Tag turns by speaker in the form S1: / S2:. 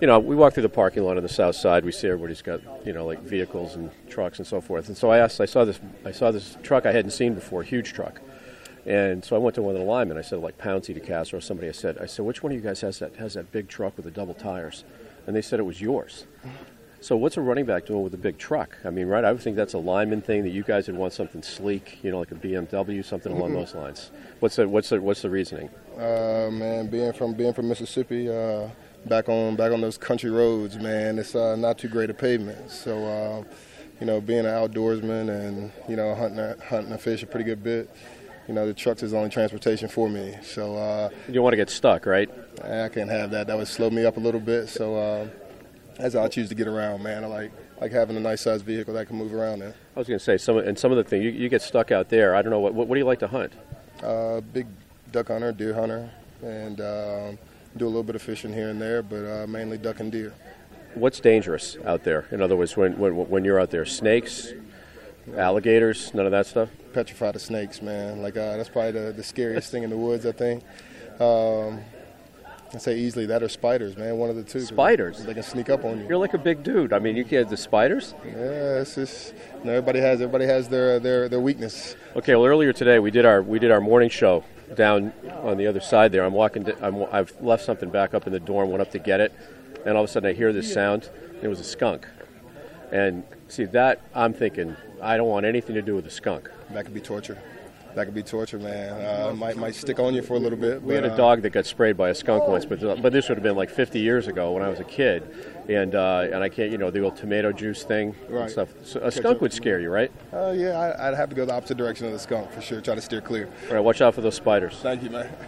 S1: you know, we walk through the parking lot on the south side. We see everybody's got, you know, like vehicles and trucks and so forth. And so I asked, I saw this, I saw this truck I hadn't seen before, huge truck. And so I went to one of the linemen. I said, like Pouncy to Castro or somebody. I said, I said, which one of you guys has that has that big truck with the double tires? And they said it was yours. So what's a running back doing with a big truck? I mean, right? I would think that's a lineman thing that you guys would want something sleek, you know, like a BMW, something along those lines. What's the what's the what's the reasoning?
S2: Uh, man, being from being from Mississippi, uh, back on back on those country roads, man, it's uh, not too great a pavement. So, uh, you know, being an outdoorsman and you know hunting a, hunting a fish a pretty good bit. You know, the trucks is the only transportation for me, so uh,
S1: You don't want to get stuck, right?
S2: I can't have that. That would slow me up a little bit. So uh, that's how I choose to get around, man. I like like having a nice sized vehicle that I can move around in.
S1: I was going to say some and some of the things you, you get stuck out there. I don't know what what, what do you like to hunt?
S2: Uh, big duck hunter, deer hunter, and um do a little bit of fishing here and there, but uh, mainly duck and deer.
S1: What's dangerous out there? In other words, when when when you're out there, snakes, alligators, none of that stuff.
S2: petrified of snakes, man. Like uh, that's probably the, the scariest thing in the woods, I think. Um, I say easily that or spiders, man. One of the two.
S1: Spiders?
S2: They can sneak up on you.
S1: You're like a big dude. I mean, you get the spiders.
S2: Yeah, it's just you know, everybody has everybody has their their their weakness.
S1: Okay. Well, earlier today we did our we did our morning show down on the other side there. I'm walking. To, I'm, I've left something back up in the dorm. Went up to get it, and all of a sudden I hear this sound. It was a skunk, and see that I'm thinking I don't want anything to do with a skunk.
S2: That could be torture. That could be torture, man. Uh, might might stick on you for a little bit.
S1: We had a dog that got sprayed by a skunk once, but but this would have been like 50 years ago when I was a kid, and uh, and I can't, you know, the old tomato juice thing and
S2: Right.
S1: stuff. So a skunk would scare you, right?
S2: Uh, yeah, I, I'd have to go the opposite direction of the skunk for sure. Try to steer clear.
S1: All right, watch out for those spiders.
S2: Thank you, man.